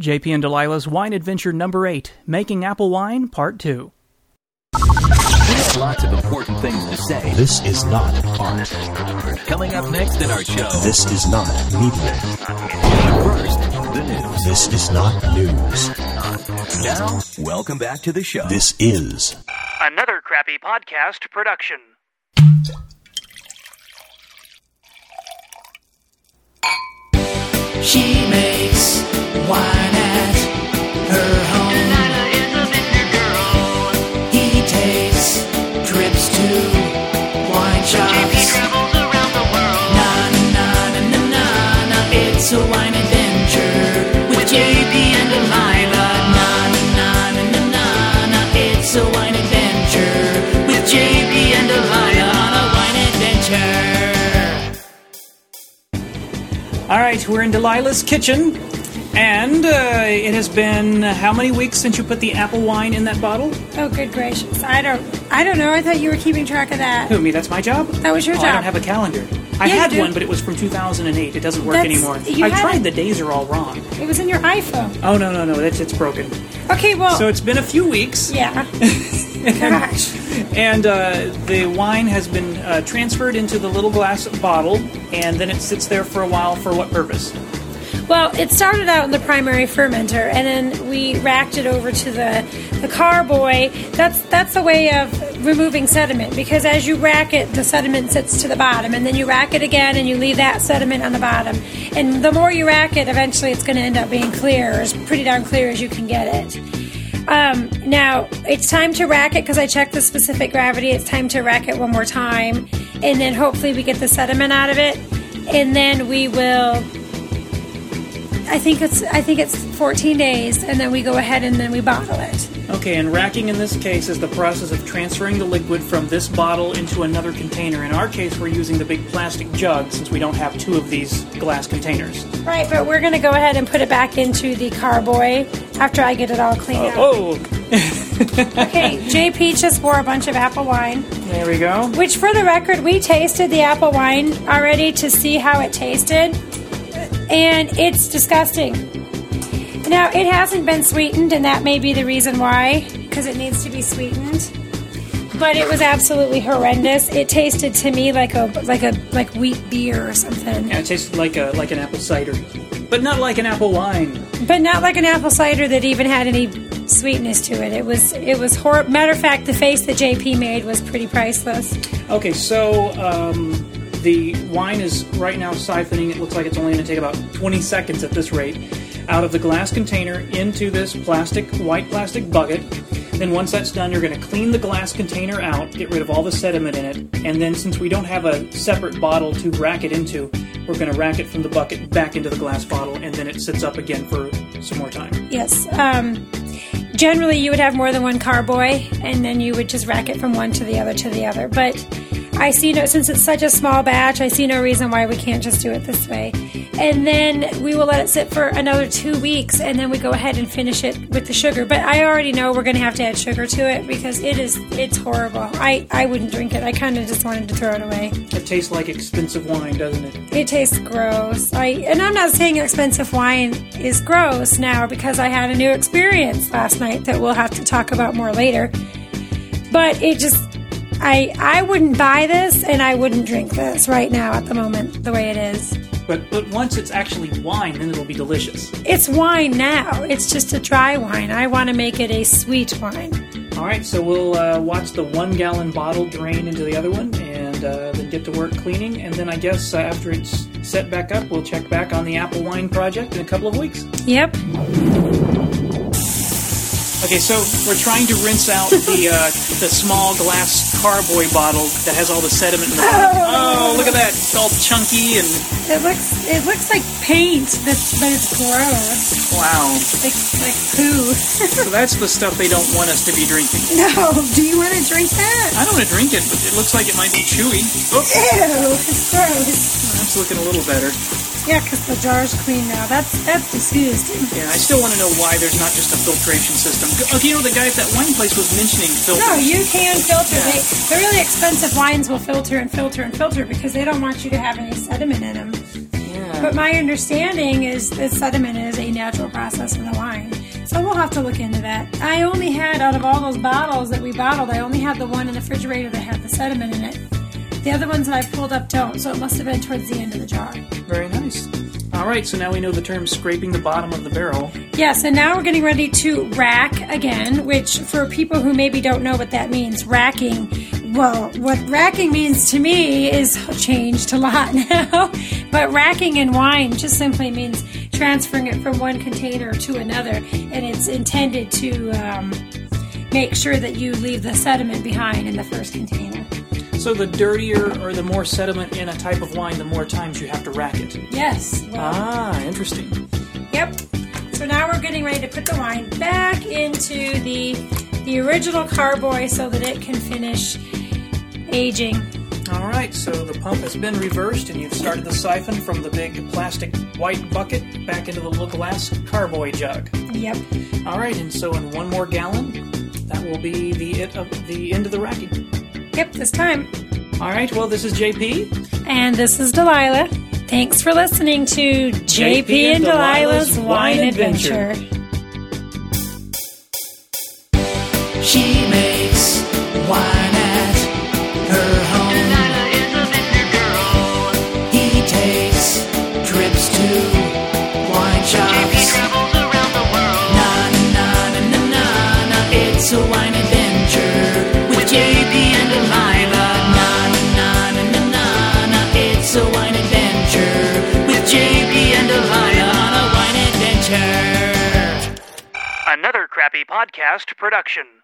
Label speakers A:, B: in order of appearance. A: JP and Delilah's Wine Adventure Number 8 Making Apple Wine, Part 2.
B: There's lots of important things to say.
C: This is not art.
B: Coming up next in our show,
C: This is not media.
B: first, the news.
C: This is not news.
B: Now, welcome back to the show.
C: This is
A: Another crappy podcast production.
D: She makes wine at her home. He takes trips to wine shops. Na na na na na na. It's a wine adventure with JB and Delilah. Na na na na na na. It's a wine adventure with JB and Delilah on a wine adventure.
A: All right, we're in Delilah's kitchen. And uh, it has been uh, how many weeks since you put the apple wine in that bottle?
E: Oh, good gracious! I don't, I don't know. I thought you were keeping track of that.
A: Who, me? That's my job?
E: That was your
A: Oh, I don't
E: job.
A: have a calendar. I
E: Yeah, you
A: had
E: do.
A: one, but it was from 2008. It doesn't work
E: That's-
A: anymore.
E: you
A: I
E: had
A: tried,
E: it.
A: the days are all wrong.
E: It was in your iPhone.
A: Oh, no, no, no, that's, it's broken.
E: Okay, well,
A: So it's been a few weeks.
E: Oh. yeah. Gosh,
A: And uh, the wine has been uh, transferred into the little glass bottle, and then it sits there for a while for what purpose?
E: Well, it started out in the primary fermenter, and then we racked it over to the the carboy. That's that's a way of removing sediment because as you rack it, the sediment sits to the bottom, and then you rack it again, and you leave that sediment on the bottom. And the more you rack it, eventually it's going to end up being clear, or as pretty darn clear as you can get it. Um, now it's time to rack it because I checked the specific gravity. It's time to rack it one more time, and then hopefully we get the sediment out of it, and then we will I think it's I think it's 14 days, and then we go ahead and then we bottle it.
A: Okay, and racking in this case is the process of transferring the liquid from this bottle into another container. In our case, we're using the big plastic jug since we don't have two of these glass containers.
E: Right, but we're gonna go ahead and put it back into the carboy after I get it all cleaned up.
A: Oh,
E: Okay, JP just wore a bunch of apple wine,
A: there we go.
E: which for the record, we tasted the apple wine already to see how it tasted, and it's disgusting. Now it hasn't been sweetened, and that may be the reason why, because it needs to be sweetened. but it was absolutely horrendous. It tasted to me like a like a like wheat beer or something,
A: Yeah, it tasted like a like an apple cider, but not like an apple wine.
E: but not like an apple cider that even had any sweetness to it. It was it was hor- matter of fact, the face that JP made was pretty priceless.
A: Okay, so um, the wine is right now siphoning. It looks like it's only going to take about 20 seconds at this rate out of the glass container into this plastic, white plastic bucket. Then, once that's done, you're going to clean the glass container out, get rid of all the sediment in it, and then since we don't have a separate bottle to rack it into, we're going to rack it from the bucket back into the glass bottle, and then it sits up again for some more time.
E: Yes. Um, generally, you would have more than one carboy, and then you would just rack it from one to the other to the other. But I see no, since it's such a small batch, I see no reason why we can't just do it this way. And then we will let it sit for another two weeks, and then we go ahead and finish it with the sugar. But I already know we're going to have to add sugar to it because it is it's horrible. I I wouldn't drink it. I kind of just wanted to throw it away.
A: It tastes like expensive wine, doesn't it?
E: It tastes gross. I and I'm not saying expensive wine is gross now because I had a new experience last night that we'll have to talk about more later. But it just I I wouldn't buy this and I wouldn't drink this right now at the moment the way it is.
A: But, but once it's actually wine, then it'll be delicious.
E: It's wine now. It's just a dry wine. I want to make it a sweet wine.
A: All right, so we'll uh, watch the one gallon bottle drain into the other one and uh, then get to work cleaning. And then I guess uh, after it's set back up, we'll check back on the apple wine project in a couple of weeks.
E: Yep.
A: Okay, so we're trying to rinse out the uh, the small glass carboy bottle that has all the sediment in the bottom. Oh, look at that. It's all chunky and
E: It looks it looks like paint that's but it's gross.
A: wow.
E: It's like
A: So that's the stuff they don't want us to be drinking.
E: poo. no, do you want to drink that?
A: I don't want to drink it, but it looks like it might be chewy. Oh,
E: Ew, it's gross.
A: that's looking a little better.
E: Yeah, 'cause the jar's clean now. That's that's disgusting.
A: Yeah, I still want to know why there's not just a filtration system. Okay, you know, the guy at that wine place was mentioning filters.
E: No, you can filter. They, the really expensive wines will filter and filter and filter because they don't want you to have any sediment in them.
A: Yeah.
E: But my understanding is that sediment is a natural process in the wine. So we'll have to look into that. I only had, out of all those bottles that we bottled, I only had the one in the refrigerator that had the sediment in it. The other ones that I pulled up don't, so it must have been towards the end of the jar.
A: Very nice. All right, so now we know the term scraping the bottom of the barrel.
E: Yes, and now we're getting ready to rack again, which for people who maybe don't know what that means, racking. Well, what racking means to me is changed a lot now. but racking in wine just simply means transferring it from one container to another, and it's intended to um, make sure that you leave the sediment behind in the first container.
A: So the dirtier or the more sediment in a type of wine, the more times you have to rack it.
E: Yes. Well,
A: Ah, interesting.
E: Yep. So now we're getting ready to put the wine back into the the original carboy so that it can finish aging.
A: All right, so the pump has been reversed, and you've started the siphon from the big plastic white bucket back into the little glass carboy jug.
E: Yep.
A: All right, and so in one more gallon, that will be the it of the end of the racking.
E: Yep, this time.
A: All right, well, this is JP.
E: And this is Delilah. Thanks for listening to JP, and Delilah's Wine Adventure.
D: She makes wine at her home. Delilah is a vendor girl. He takes trips to wine shops. JP travels around the world. Na na na na na na na. It's a wine adventure with JP and Delilah. Na na na na na na. It's a wine adventure with JP and Delilah on a wine adventure.
A: Another crappy podcast production.